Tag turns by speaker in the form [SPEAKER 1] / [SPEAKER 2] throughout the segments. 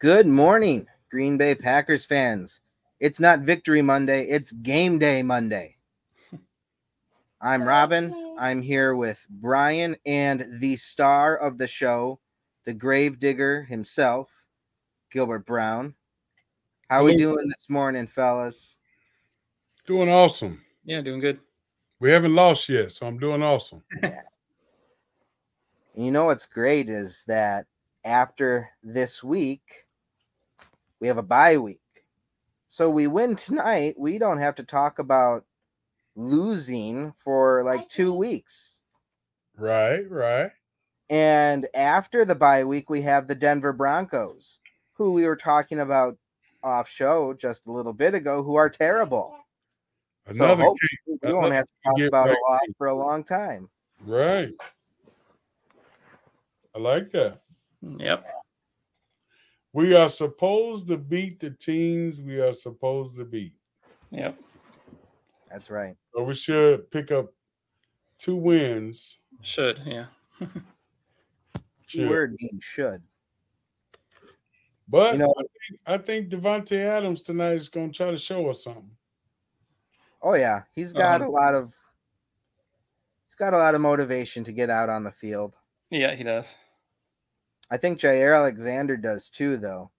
[SPEAKER 1] Good morning, Green Bay Packers fans. It's not Victory Monday, it's Game Day Monday. I'm Robin. I'm here with Brian and the star of the show, the gravedigger himself, Gilbert Brown. How are we doing this morning, fellas?
[SPEAKER 2] Doing awesome.
[SPEAKER 3] Yeah, doing good.
[SPEAKER 2] We haven't lost yet, so I'm doing awesome.
[SPEAKER 1] You know what's great is that after this week, we have a bye week. So we win tonight. We don't have to talk about losing for like two weeks.
[SPEAKER 2] Right, right.
[SPEAKER 1] And after the bye week, we have the Denver Broncos, who we were talking about off show just a little bit ago, who are terrible.
[SPEAKER 2] Another
[SPEAKER 1] so
[SPEAKER 2] game.
[SPEAKER 1] hopefully we won't have to talk
[SPEAKER 2] get
[SPEAKER 1] about a
[SPEAKER 2] back
[SPEAKER 1] loss for a long time.
[SPEAKER 2] Right. I like that.
[SPEAKER 3] Yep.
[SPEAKER 2] We are supposed to beat the teams we are supposed to beat.
[SPEAKER 3] Yep.
[SPEAKER 1] That's right.
[SPEAKER 2] So we should pick up two wins.
[SPEAKER 3] Should. Yeah.
[SPEAKER 2] Should.
[SPEAKER 1] Word being should.
[SPEAKER 2] But
[SPEAKER 1] You know-
[SPEAKER 2] I think, I think Devontae Adams tonight is going to try to show us something.
[SPEAKER 1] Oh yeah, he's got
[SPEAKER 3] Uh-huh.
[SPEAKER 1] a lot of he's got a lot of motivation to get out on the field.
[SPEAKER 3] Yeah, he does.
[SPEAKER 1] I think Jair Alexander does too, though.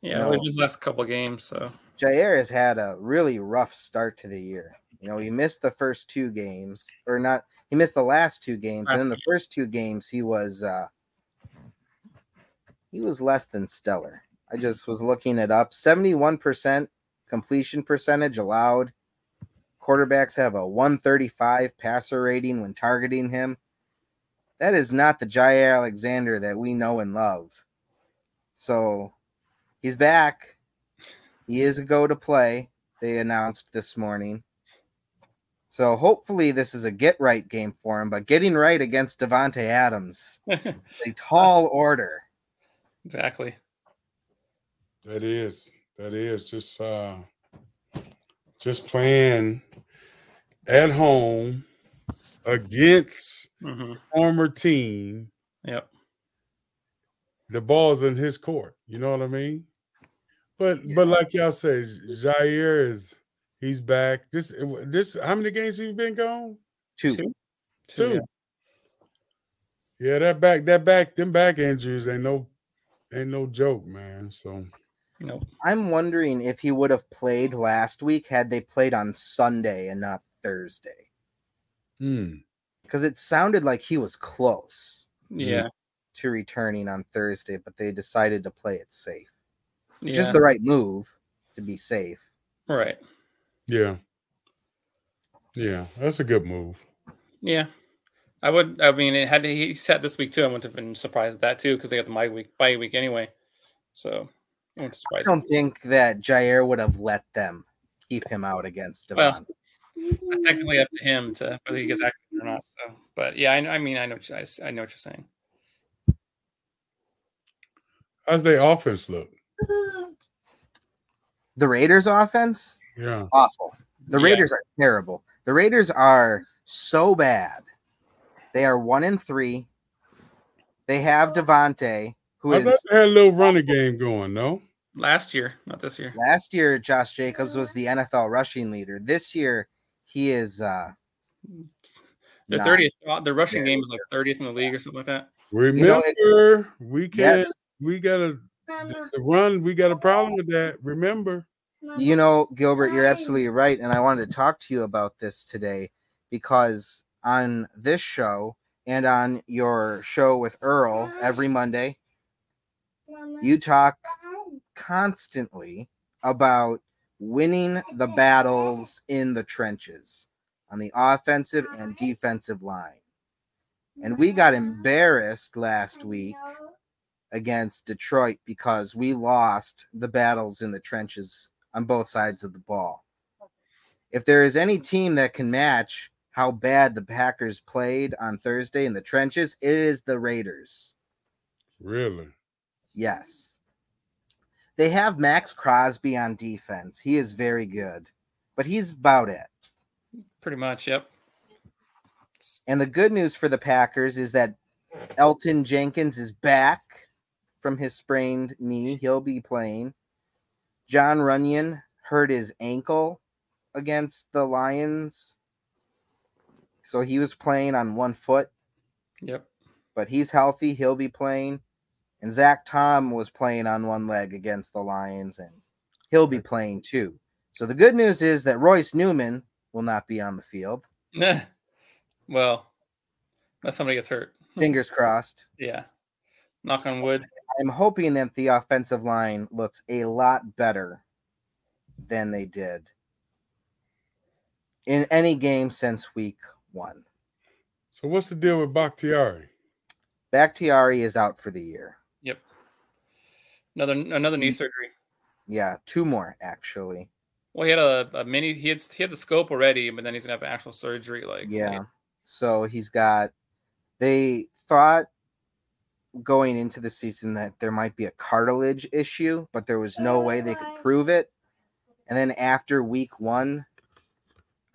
[SPEAKER 3] Yeah,
[SPEAKER 1] No.
[SPEAKER 3] it was his last couple games. So
[SPEAKER 1] Jair has had a really rough start to the year. You know, he missed the first two games, or not. He missed the last two games, and then the first two games he was uh he was less than stellar. I just was looking it up. Seventy-one percent completion percentage allowed. Quarterbacks have a one thirty-five passer rating when targeting him. That is not the Jair Alexander that we know and love. So he's back. He is a go to play, they announced this morning. So hopefully this is a get right game for him, but getting right against Devonte Adams, is a tall order.
[SPEAKER 3] exactly.
[SPEAKER 2] That is. That is just uh just playing at home against
[SPEAKER 3] hmm
[SPEAKER 2] former team.
[SPEAKER 3] Yep.
[SPEAKER 2] The ball's in his court. You know what I mean? But but like y'all say, Jair is he's back. This this how many games he been gone?
[SPEAKER 1] Two.
[SPEAKER 2] Two. Yeah, that back that back them back injuries ain't no ain't no joke, man. So
[SPEAKER 3] yeah. Nope.
[SPEAKER 1] I'm wondering if he would have played last week had they played on Sunday and not Thursday.
[SPEAKER 2] hmm,
[SPEAKER 1] Because it sounded like he was close
[SPEAKER 3] Yeah.
[SPEAKER 1] to returning on Thursday, but they decided to play it safe.
[SPEAKER 3] Yeah.
[SPEAKER 1] Which is the right move to be safe.
[SPEAKER 3] right.
[SPEAKER 2] yeah. Yeah, that's a good move.
[SPEAKER 3] Yeah. I would. I mean, it had he sat this week too. I wouldn't have been surprised at that too because they got the bye week bye week anyway. So I wouldn't
[SPEAKER 1] I
[SPEAKER 3] surprise.
[SPEAKER 1] don't think that Jair would have let them keep him out against Devontae.
[SPEAKER 3] Well, It's technically up to him to whether he gets active or not. So, but yeah, I, I mean, I know. what you- I, s- I know what you're saying.
[SPEAKER 2] How's their offense look?
[SPEAKER 1] the Raiders offense
[SPEAKER 2] Yeah.
[SPEAKER 1] awful. The
[SPEAKER 3] Yeah.
[SPEAKER 1] Raiders are terrible. The Raiders are so bad. They are one and three. They have Devontae, who
[SPEAKER 2] I
[SPEAKER 1] is
[SPEAKER 2] thought they had a little running game going, no?
[SPEAKER 3] Last year, not this year.
[SPEAKER 1] last year Josh Jacobs was the NFL rushing leader. This year he is uh
[SPEAKER 3] The
[SPEAKER 1] not.
[SPEAKER 3] 30th. uh, The rushing
[SPEAKER 1] Yeah.
[SPEAKER 3] game was like 30th in the league or something like that.
[SPEAKER 1] know,
[SPEAKER 2] Remember,
[SPEAKER 1] it-
[SPEAKER 2] we can
[SPEAKER 1] Yes.
[SPEAKER 2] we got a the run. We got a problem with that. Remember,
[SPEAKER 1] You know, Gilbert, you're absolutely right. And I wanted to talk to you about this today because on this show and on your show with Earl every Monday, you talk constantly about winning the battles in the trenches on the offensive and defensive line. And we got embarrassed last week against Detroit because we lost the battles in the trenches on both sides of the ball. If there is any team that can match how bad the Packers played on Thursday in the trenches, it is the Raiders.
[SPEAKER 2] really?
[SPEAKER 1] Yes. They have Max Crosby on defense. He is very good, but he's about it.
[SPEAKER 3] Pretty much. Yep.
[SPEAKER 1] And the good news for the Packers is that Elton Jenkins is back. from his sprained knee. He'll be playing. John Runyon hurt his ankle against the Lions. So he was playing on one foot,
[SPEAKER 3] Yep.
[SPEAKER 1] but he's healthy. He'll be playing. And Zach Tom was playing on one leg against the Lions, and he'll be playing too. So the good news is that Royce Newman will not be on the field.
[SPEAKER 3] Nah. well, unless somebody gets hurt.
[SPEAKER 1] Fingers crossed.
[SPEAKER 3] Yeah. Knock on wood.
[SPEAKER 1] I'm hoping that the offensive line looks a lot better than they did in any game since week one.
[SPEAKER 2] So what's the deal with Bakhtiari?
[SPEAKER 1] Bakhtiari is out for the year.
[SPEAKER 3] Another another knee surgery.
[SPEAKER 1] Yeah, two more actually.
[SPEAKER 3] Well, he had a, a mini. He had he had the scope already, but then he's gonna have an actual surgery. Like
[SPEAKER 1] yeah. So he's got they thought going into the season that there might be a cartilage issue, but there was no way they could prove it. And then after week 1,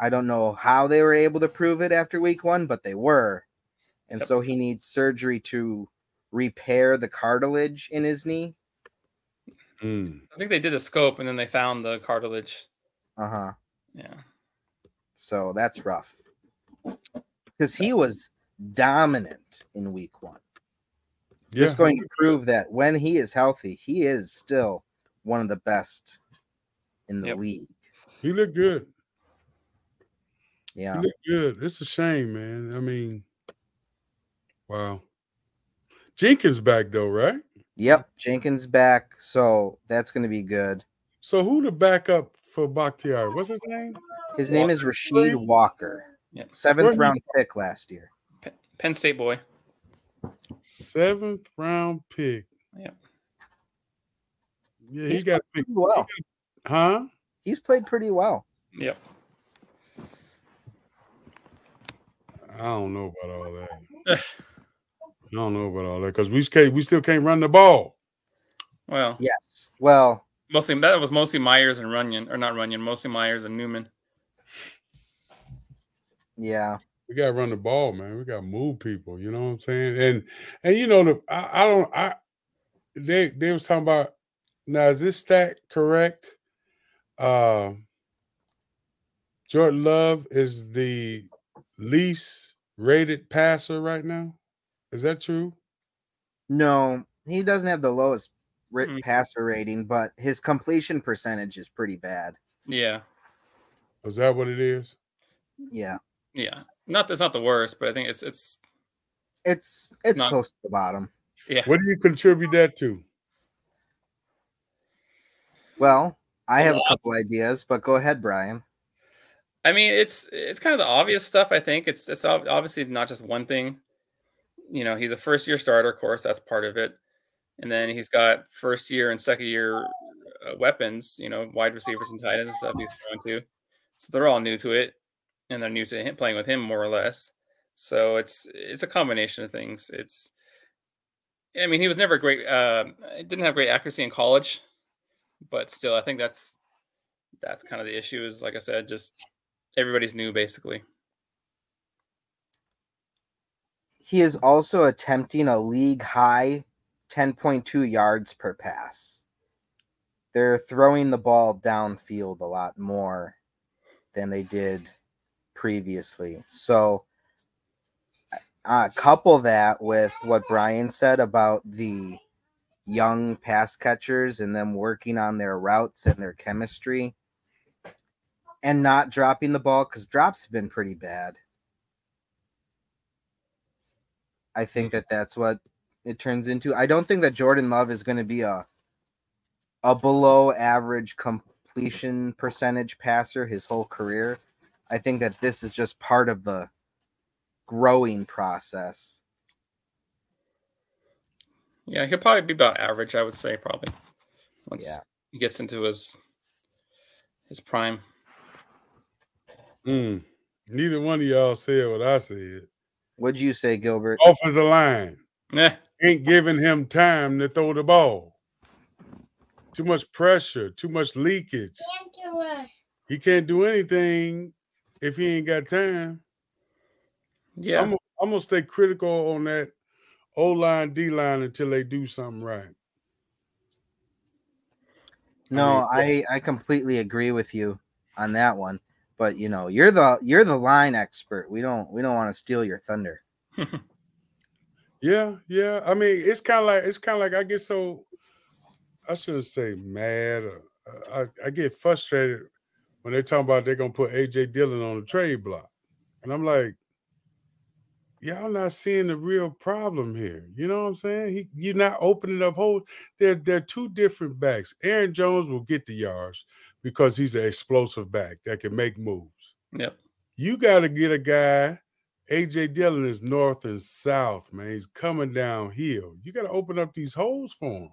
[SPEAKER 1] I don't know how they were able to prove it after week 1, but they were. And
[SPEAKER 3] Yep.
[SPEAKER 1] so he needs surgery to repair the cartilage in his knee. Hmm.
[SPEAKER 2] Mm.
[SPEAKER 3] I think they did the scope and then they found the cartilage.
[SPEAKER 1] Uh-huh.
[SPEAKER 3] Yeah.
[SPEAKER 1] So that's rough. Cuz he was dominant in week 1.
[SPEAKER 2] Yeah.
[SPEAKER 1] just going to prove that when he is healthy, he is still one of the best in the
[SPEAKER 3] Yep.
[SPEAKER 1] league.
[SPEAKER 2] He looked good.
[SPEAKER 1] Yeah.
[SPEAKER 2] He looked good. It's a shame, man. I mean, wow. Jenkins back though, right?
[SPEAKER 1] Yep. Jenkins back, so that's going to be good.
[SPEAKER 2] So who the backup for Bakhtiari? What's his name?
[SPEAKER 1] His name is Rashid Walker,
[SPEAKER 3] Yeah.
[SPEAKER 1] seventh
[SPEAKER 2] Where-
[SPEAKER 1] round pick last year.
[SPEAKER 3] Penn State boy.
[SPEAKER 2] Seventh round pick.
[SPEAKER 3] Yep.
[SPEAKER 2] Yeah, he
[SPEAKER 1] He's
[SPEAKER 2] got picked,
[SPEAKER 1] Pretty well,
[SPEAKER 2] huh?
[SPEAKER 1] he's played pretty well.
[SPEAKER 3] Yep.
[SPEAKER 2] I don't know about all that. I don't know about all that because we can we still can't run the ball.
[SPEAKER 3] Well,
[SPEAKER 1] Yes. Well,
[SPEAKER 3] mostly that was mostly Myers and Runyon, or not Runyon, mostly Myers and Newman.
[SPEAKER 1] yeah.
[SPEAKER 2] We gotta run the ball, man. We gotta move people. You know what I'm saying? And and you know the I, I don't I they they was talking about now is this stat correct? Uh, Jordan Love is the least rated passer right now. Is that true?
[SPEAKER 1] No, he doesn't have the lowest ri-
[SPEAKER 3] Mm.
[SPEAKER 1] passer rating, but his completion percentage is pretty bad.
[SPEAKER 3] Yeah.
[SPEAKER 2] Is that what it is?
[SPEAKER 1] Yeah.
[SPEAKER 3] Yeah. Not that's not the worst, but I think it's it's
[SPEAKER 1] It's it's
[SPEAKER 3] Not-
[SPEAKER 1] close to the bottom.
[SPEAKER 3] yeah.
[SPEAKER 2] What do you contribute that to?
[SPEAKER 1] Well, I
[SPEAKER 3] A
[SPEAKER 1] have a
[SPEAKER 3] lot.
[SPEAKER 1] couple ideas, but go ahead, Brian.
[SPEAKER 3] I mean, it's it's kind of the obvious stuff. I think it's it's ob- obviously not just one thing. You know, he's a first year starter, of course, that's part of it, and then he's got first year and second year uh, weapons. You know, wide receivers and tight ends and stuff he's going to, so they're all new to it, and they're new to him playing with him more or less. So it's it's a combination of things. It's, I mean, he was never great. Uh, didn't have great accuracy in college, but still, I think that's that's kind of the issue. Is like I said, just everybody's new basically.
[SPEAKER 1] He is also attempting a league high 10.2 yards per pass. They're throwing the ball downfield a lot more than they did previously. So, uh, couple that with what Brian said about the young pass catchers and them working on their routes and their chemistry and not dropping the ball because drops have been pretty bad. I think that that's what it turns into. I don't think that Jordan Love is going to be a a below average completion percentage passer his whole career. I think that this is just part of the growing process.
[SPEAKER 3] Yeah, he'll probably be about average, I would say, probably. Once
[SPEAKER 1] Yeah.
[SPEAKER 3] he gets into his his prime.
[SPEAKER 2] Mm. Neither one of y'all said what I said.
[SPEAKER 1] What'd you say, Gilbert?
[SPEAKER 2] Offensive line
[SPEAKER 3] Yeah.
[SPEAKER 2] ain't giving him time to throw the ball. Too much pressure, too much leakage. He can't do anything if he ain't got time.
[SPEAKER 3] Yeah.
[SPEAKER 2] I'm, gonna- I'm gonna stay critical on that O line, D line until they do something right.
[SPEAKER 1] No, I I completely agree with you on that one. But you know, you're the you're the line expert. We don't we don't want to steal your thunder.
[SPEAKER 2] Yeah, yeah. I mean, it's kind of like it's kind of like I get so I shouldn't say mad. Or, uh, I I get frustrated when they're talking about they're gonna put AJ Dillon on the trade block, and I'm like, y'all not seeing the real problem here. You know what I'm saying? He, you're not opening up holes. There, there are two different backs. Aaron Jones will get the yards because he's an explosive back that can make moves.
[SPEAKER 3] Yep.
[SPEAKER 2] You got to get a guy. AJ Dillon is north and south, man. He's coming downhill. You got to open up these holes for him.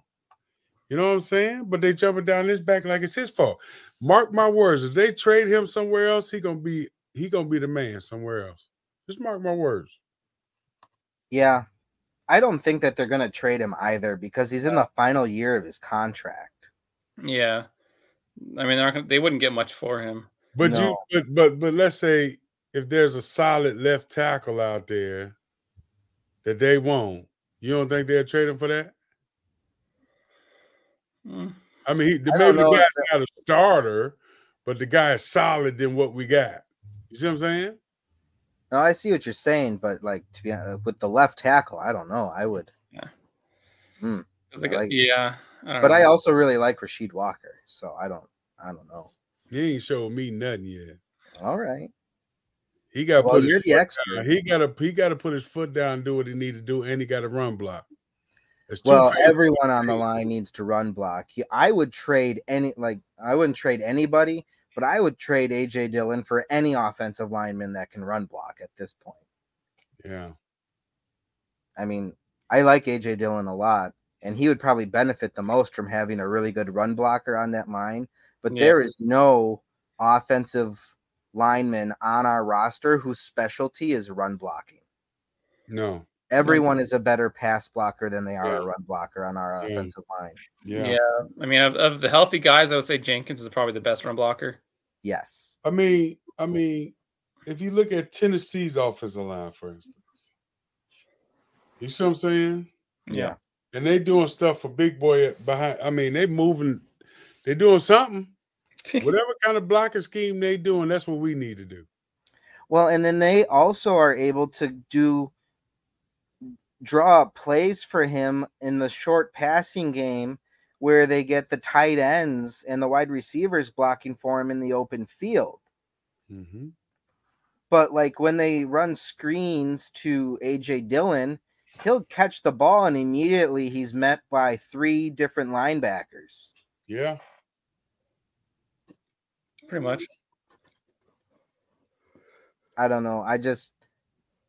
[SPEAKER 2] You know what I'm saying? But they jumping down his back like it's his fault. Mark my words. If they trade him somewhere else, he gonna be he gonna be the man somewhere else. Just mark my words.
[SPEAKER 1] Yeah. I don't think that they're going to trade him either because he's in the final year of his contract.
[SPEAKER 3] Yeah. I mean, they're not gonna, they wouldn't get much for him.
[SPEAKER 2] But
[SPEAKER 1] No.
[SPEAKER 2] you but, but but let's say if there's a solid left tackle out there that they won't, you don't think they'll trade him for that?
[SPEAKER 3] Mm.
[SPEAKER 2] I mean, he, the,
[SPEAKER 1] I don't
[SPEAKER 2] maybe the
[SPEAKER 1] know if
[SPEAKER 2] guy's not a starter, but the guy is solid than what we got. You see what I'm saying?
[SPEAKER 1] No, I see what you're saying, but like to be uh, with the left tackle, I don't know. I would,
[SPEAKER 3] 'Cause they
[SPEAKER 1] I
[SPEAKER 3] got-
[SPEAKER 1] like it.
[SPEAKER 3] yeah. I don't
[SPEAKER 1] but I
[SPEAKER 3] know.
[SPEAKER 1] also really like Rashid Walker, so I don't, I don't know.
[SPEAKER 2] He ain't showed me nothing yet.
[SPEAKER 1] All right.
[SPEAKER 2] He got
[SPEAKER 1] Well,
[SPEAKER 2] put his
[SPEAKER 1] you're the
[SPEAKER 2] foot
[SPEAKER 3] uh,
[SPEAKER 1] expert.
[SPEAKER 2] down. He got to he got to put his foot down, do what he need to do, and he got to run block. It's two
[SPEAKER 1] Well,
[SPEAKER 2] phases.
[SPEAKER 1] everyone on the line needs to run block. He- I would trade any, like, I wouldn't trade anybody, but I would trade AJ Dillon for any offensive lineman that can run block at this point.
[SPEAKER 2] yeah.
[SPEAKER 1] I mean, I like AJ Dillon a lot, and he would probably benefit the most from having a really good run blocker on that line. But
[SPEAKER 3] Yeah.
[SPEAKER 1] there is no offensive lineman on our roster whose specialty is run blocking.
[SPEAKER 2] No.
[SPEAKER 1] Everyone is a better pass blocker than they are a
[SPEAKER 2] Yeah.
[SPEAKER 1] run blocker on our
[SPEAKER 2] Yeah.
[SPEAKER 1] offensive line.
[SPEAKER 3] Yeah.
[SPEAKER 2] Yeah.
[SPEAKER 3] I mean, of, of the healthy guys, I would say Jenkins is probably the best run blocker.
[SPEAKER 1] Yes.
[SPEAKER 2] I mean, I mean, if you look at Tennessee's offensive line, for instance, you see what I'm saying?
[SPEAKER 3] Yeah.
[SPEAKER 2] And they doing stuff for big boy at- behind. I mean, they moving, they doing something. Whatever kind of blocking scheme they doing, that's what we need to do.
[SPEAKER 1] Well, and then they also are able to do draw up plays for him in the short passing game where they get the tight ends and the wide receivers blocking for him in the open field.
[SPEAKER 2] Mm-hmm.
[SPEAKER 1] But like when they run screens to AJ Dillon, he'll catch the ball and immediately he's met by three different linebackers.
[SPEAKER 2] Yeah.
[SPEAKER 3] Pretty much.
[SPEAKER 1] I don't know. I just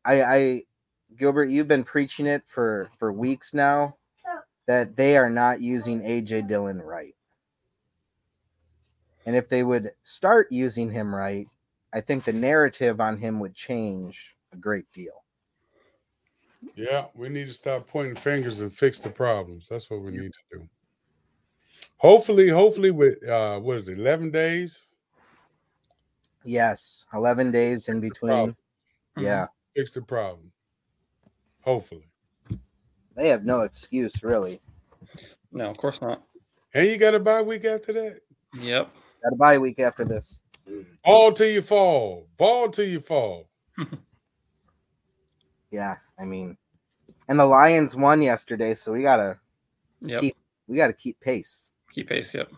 [SPEAKER 1] I I Gilbert, you've been preaching it for for weeks now that they are not using AJ Dillon right. And if they would start using him right, I think the narrative on him would change a great deal.
[SPEAKER 2] Yeah, we need to stop pointing fingers and fix the problems. That's what we need to do. Hopefully, hopefully, with uh, what is it, 11 days,
[SPEAKER 1] Yes, 11 days in between. Yeah.
[SPEAKER 2] fix the problem. Hopefully.
[SPEAKER 1] They have no excuse really.
[SPEAKER 3] Mm-hmm. No, of course not.
[SPEAKER 2] And you got a bye week after that.
[SPEAKER 3] Yep.
[SPEAKER 1] Got a bye week after this.
[SPEAKER 2] Ball till you fall. Ball till you fall.
[SPEAKER 1] Yeah, I mean and the Lions won yesterday, so we got to
[SPEAKER 3] Yep.
[SPEAKER 1] Keep- we got to keep pace.
[SPEAKER 3] Keep pace. Yep.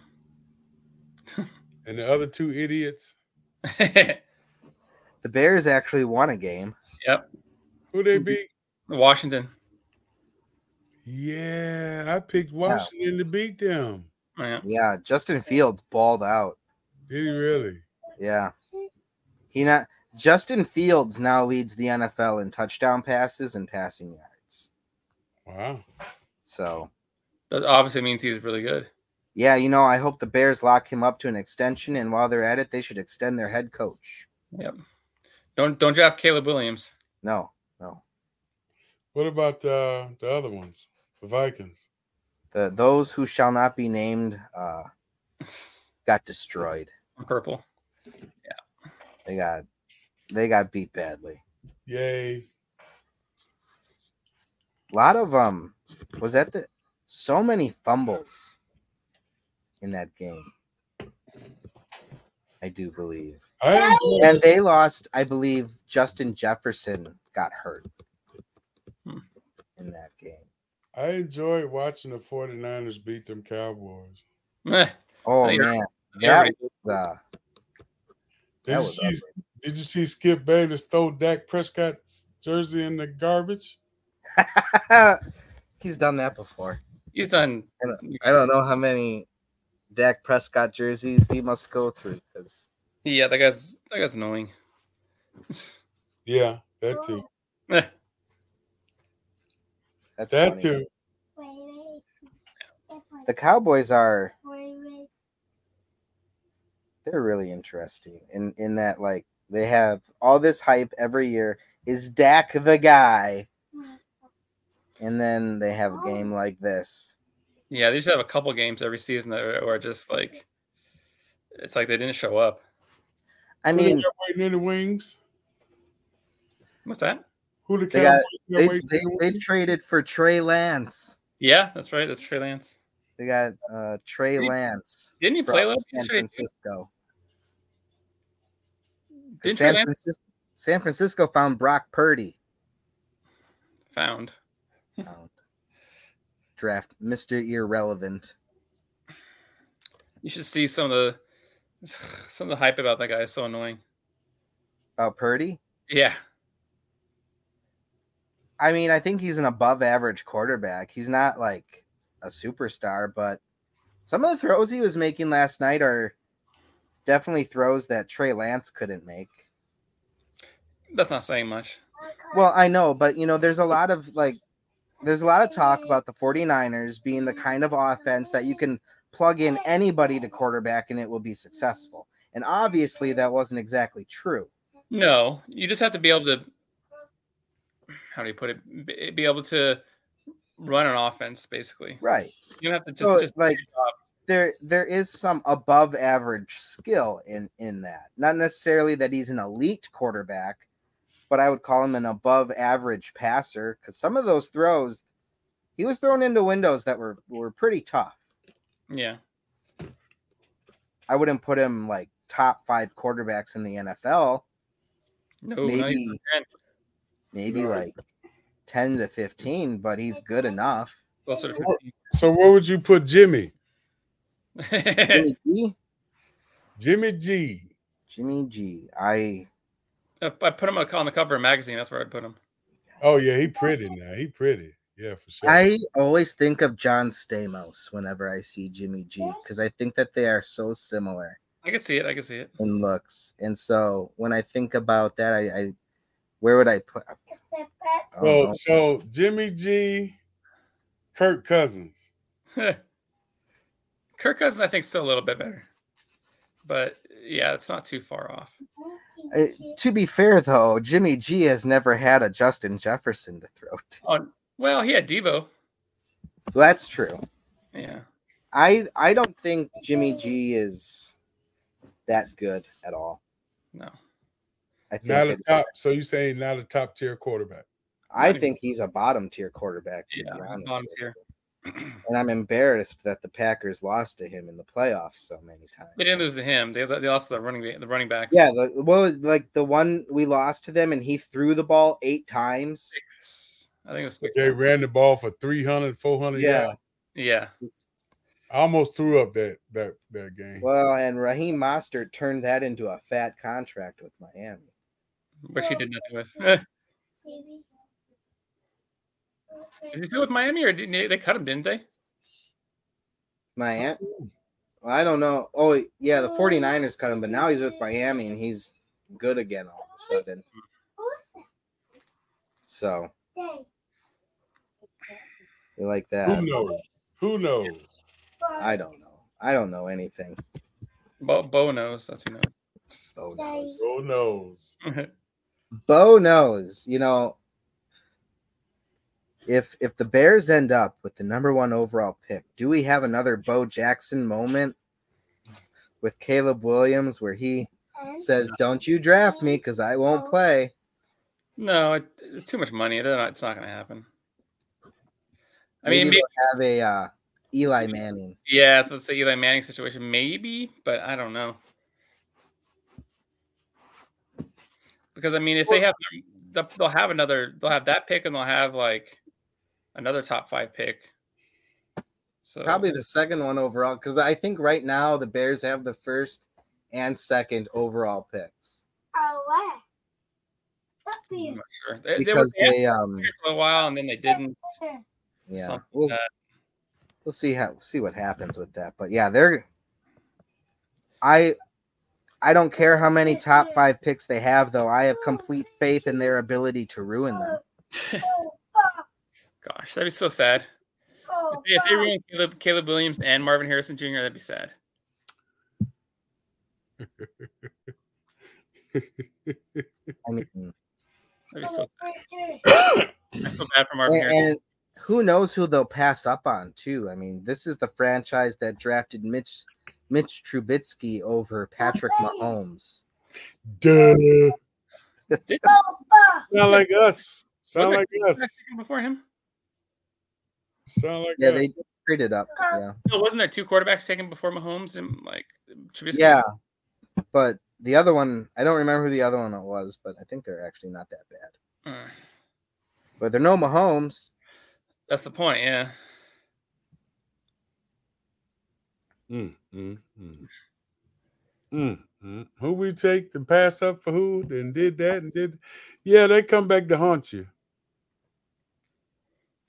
[SPEAKER 2] And the other two idiots,
[SPEAKER 1] The Bears actually won a game.
[SPEAKER 2] who they beat?
[SPEAKER 3] Washington.
[SPEAKER 2] Yeah, I picked Washington to beat them.
[SPEAKER 3] Yeah.
[SPEAKER 1] Yeah, Justin Fields balled out.
[SPEAKER 2] Did he really?
[SPEAKER 1] Yeah. He not Justin Fields now leads the NFL in touchdown passes and passing yards.
[SPEAKER 2] Wow.
[SPEAKER 1] So,
[SPEAKER 3] That obviously means he's really good.
[SPEAKER 1] yeah, you know, I hope the Bears lock him up to an extension and while they're at it, they should extend their head coach.
[SPEAKER 3] Don't don't draft Caleb Williams.
[SPEAKER 1] No, no.
[SPEAKER 2] What about uh, the other ones? The Vikings.
[SPEAKER 1] The those who shall not be named uh got destroyed.
[SPEAKER 3] Purple.
[SPEAKER 1] They got they got beat badly.
[SPEAKER 2] Yay.
[SPEAKER 1] A lot of um was that the so many fumbles in that game. I do believe.
[SPEAKER 2] I
[SPEAKER 1] And they lost, I believe Justin Jefferson got hurt
[SPEAKER 3] Hmm.
[SPEAKER 1] in that game.
[SPEAKER 2] I enjoyed watching the 49ers beat them Cowboys.
[SPEAKER 3] Meh.
[SPEAKER 1] Oh
[SPEAKER 3] Yeah.
[SPEAKER 1] man, that
[SPEAKER 3] Everybody-
[SPEAKER 1] was, uh,
[SPEAKER 2] Did,
[SPEAKER 1] that
[SPEAKER 2] you
[SPEAKER 1] was
[SPEAKER 2] see,
[SPEAKER 1] ugly.
[SPEAKER 2] did you see Skip Bayless throw Dak Prescott's jersey in the garbage?
[SPEAKER 1] He's done that before.
[SPEAKER 3] He's done.
[SPEAKER 1] I don't know how many Dak Prescott jerseys he must go through because
[SPEAKER 3] Yeah, that guy's that guy's annoying.
[SPEAKER 2] Yeah,
[SPEAKER 1] Oh.
[SPEAKER 2] that too.
[SPEAKER 3] Meh.
[SPEAKER 1] that's
[SPEAKER 2] That
[SPEAKER 1] funny.
[SPEAKER 2] too.
[SPEAKER 1] The Cowboys are
[SPEAKER 4] Wait,
[SPEAKER 1] they're really interesting in in that like they have all this hype every year. Is Dak the guy? And then they
[SPEAKER 3] Oh.
[SPEAKER 1] have a game like this.
[SPEAKER 3] yeah, they should have a couple games every season that are- are just like it's like they didn't show up.
[SPEAKER 1] I
[SPEAKER 2] Who they
[SPEAKER 1] mean,
[SPEAKER 2] got waiting in the wings.
[SPEAKER 3] What's that?
[SPEAKER 2] Who the
[SPEAKER 1] They
[SPEAKER 2] Cowboys
[SPEAKER 1] got-
[SPEAKER 2] got
[SPEAKER 1] they,
[SPEAKER 2] waiting
[SPEAKER 1] they,
[SPEAKER 2] in the
[SPEAKER 1] they
[SPEAKER 2] wings?
[SPEAKER 1] traded for Trey Lance.
[SPEAKER 3] Yeah, that's right. That's Trey Lance.
[SPEAKER 1] They got uh, Trey
[SPEAKER 3] Did-
[SPEAKER 1] Lance
[SPEAKER 3] Didn't he play
[SPEAKER 1] from
[SPEAKER 3] last
[SPEAKER 1] San
[SPEAKER 3] yesterday? too?
[SPEAKER 1] Francisco.
[SPEAKER 3] Didn't Trey
[SPEAKER 1] San
[SPEAKER 3] Lance
[SPEAKER 1] Francisco, San Francisco found Brock Purdy.
[SPEAKER 3] found? Hmm.
[SPEAKER 1] Um, draft Mr. Irrelevant.
[SPEAKER 3] You should see some of the some of the hype about that guy is so annoying.
[SPEAKER 1] About Purdy?
[SPEAKER 3] Yeah.
[SPEAKER 1] I mean, I think he's an above average quarterback. He's not like a superstar, but some of the throws he was making last night are definitely throws that Trey Lance couldn't make.
[SPEAKER 3] That's not saying much.
[SPEAKER 1] Well, I know, but you know, there's a lot of like there's a lot of talk about the 49ers being the kind of offense that you can plug in anybody to quarterback and it will be successful. And obviously that wasn't exactly true.
[SPEAKER 3] No, you just have to be able to how do you put it? Be- Be able to run an offense basically.
[SPEAKER 1] Right.
[SPEAKER 3] You don't have to just,
[SPEAKER 1] So,
[SPEAKER 3] just
[SPEAKER 1] like, There there is some above average skill in in that. Not necessarily that he's an elite quarterback, but I would call him an above average passer cuz some of those throws he was thrown into windows that were were pretty tough.
[SPEAKER 3] yeah.
[SPEAKER 1] I wouldn't put him like top 5 quarterbacks in the NFL.
[SPEAKER 3] No, not even
[SPEAKER 1] maybe
[SPEAKER 3] ten.
[SPEAKER 1] maybe
[SPEAKER 2] Yeah.
[SPEAKER 1] like 10 to 15 but he's good enough
[SPEAKER 3] closer to
[SPEAKER 2] Well, So where would you put Jimmy?
[SPEAKER 3] 15.
[SPEAKER 1] jimmy g
[SPEAKER 2] Jimmy G.
[SPEAKER 1] jimmy g i
[SPEAKER 3] I I put him on on the cover of a magazine. That's where I'd put him.
[SPEAKER 2] Oh yeah, he pretty now. He pretty. Yeah, for sure.
[SPEAKER 1] i always think of john stamos whenever i see jimmy g because i think that they are so similar
[SPEAKER 3] I could see it. I could see it.
[SPEAKER 1] in looks and so when i think about that i, I where would i put I don't
[SPEAKER 2] so
[SPEAKER 1] know.
[SPEAKER 2] so Jimmy G, Kirk Cousins.
[SPEAKER 3] Kirk Cousins, I think, is still a little bit better, but yeah, it's not too far off.
[SPEAKER 1] I- to be fair though jimmy g has never had a justin jefferson to throw to
[SPEAKER 3] On well, he had Debo.
[SPEAKER 1] that's true
[SPEAKER 3] Yeah,
[SPEAKER 1] I I don't think Jimmy G is that good at all.
[SPEAKER 3] no,
[SPEAKER 1] I think
[SPEAKER 2] Not a
[SPEAKER 1] it-
[SPEAKER 2] top. So you saying not a top tier quarterback?
[SPEAKER 1] I think he's a bottom tier quarterback. To
[SPEAKER 3] yeah,
[SPEAKER 1] be honest
[SPEAKER 3] bottom
[SPEAKER 1] with
[SPEAKER 3] tier.
[SPEAKER 1] you. and I'm embarrassed that the Packers lost to him in the playoffs so many times.
[SPEAKER 3] They didn't lose to him. They, they lost to the running ba- the running backs.
[SPEAKER 1] Yeah, the, what was like the one we lost to them, and he threw the ball eight times.
[SPEAKER 3] six. I think it was six.
[SPEAKER 2] They ran the ball for 300, 400
[SPEAKER 1] Yeah.
[SPEAKER 2] yards.
[SPEAKER 3] Yeah,
[SPEAKER 2] I almost threw up that that that game.
[SPEAKER 1] Well, and Raheem Mostert turned that into a fat contract with Miami.
[SPEAKER 3] which he did nothing with. Is he still with Miami, or did they, they cut him? Didn't they?
[SPEAKER 1] Miami. Well, I don't know. Oh, yeah, the 49ers cut him, but now he's with Miami and he's good again all of a sudden. So You like that?
[SPEAKER 2] Who knows? Who knows?
[SPEAKER 1] I don't know. I don't know anything.
[SPEAKER 3] Bo, Bo knows. That's who knows.
[SPEAKER 1] Bo knows.
[SPEAKER 2] Who knows?
[SPEAKER 1] Bo knows. You know, if if the Bears end up with the number one overall pick, do we have another Bo Jackson moment with Caleb Williams where he says, "Don't you draft me because I won't play"?
[SPEAKER 3] No, it, it's too much money. They're not, it's not going to happen. I
[SPEAKER 1] maybe
[SPEAKER 3] mean, maybe,
[SPEAKER 1] they'll have a uh, Eli Manning.
[SPEAKER 3] yeah, so it's the Eli Manning situation, maybe, but I don't know. Because I mean, if they have, they'll- they'll have another, they'll have that pick, and they'll have like another top five pick. So
[SPEAKER 1] Probably the second one overall, because I think right now the Bears have the first and second overall picks
[SPEAKER 4] Oh, what? What's
[SPEAKER 3] I'm
[SPEAKER 4] the
[SPEAKER 3] not sure. They, they were
[SPEAKER 1] because
[SPEAKER 3] they
[SPEAKER 1] they um
[SPEAKER 3] for a while, and then they didn't.
[SPEAKER 4] answer?
[SPEAKER 1] yeah
[SPEAKER 3] something
[SPEAKER 1] we'll,
[SPEAKER 3] like that.
[SPEAKER 1] we'll see how see what happens with that, but yeah they're I I don't care how many top five picks they have though I have complete faith in their ability to ruin them.
[SPEAKER 3] Gosh, that'd be so sad. If they, if they ruin Caleb, Caleb Williams and Marvin Harrison Jr., that'd be sad.
[SPEAKER 1] I mean,
[SPEAKER 3] That'd be so. I feel bad for Marvin
[SPEAKER 1] and,
[SPEAKER 3] Harrison.
[SPEAKER 1] and who knows who they'll pass up on too. I mean, this is the franchise that drafted Mitch Mitch Trubisky over Patrick Mahomes.
[SPEAKER 2] Duh. Sound like us. Sound
[SPEAKER 3] Wasn't
[SPEAKER 2] like
[SPEAKER 3] Cleveland
[SPEAKER 2] us.
[SPEAKER 3] drafted him Before him,
[SPEAKER 2] Sound like
[SPEAKER 1] Yeah,
[SPEAKER 2] us.
[SPEAKER 1] they traded up. Yeah,
[SPEAKER 3] no, wasn't there two quarterbacks taken before Mahomes and like Trubisky?
[SPEAKER 1] yeah, but the other one, I don't remember who the other one was, but I think they're actually not that bad.
[SPEAKER 3] Mm,
[SPEAKER 1] But they're no Mahomes.
[SPEAKER 3] that's the point. Yeah,
[SPEAKER 2] Mm, mm, mm. Mm, mm. Who we take to pass up for who and did that and did yeah, they come back to haunt you.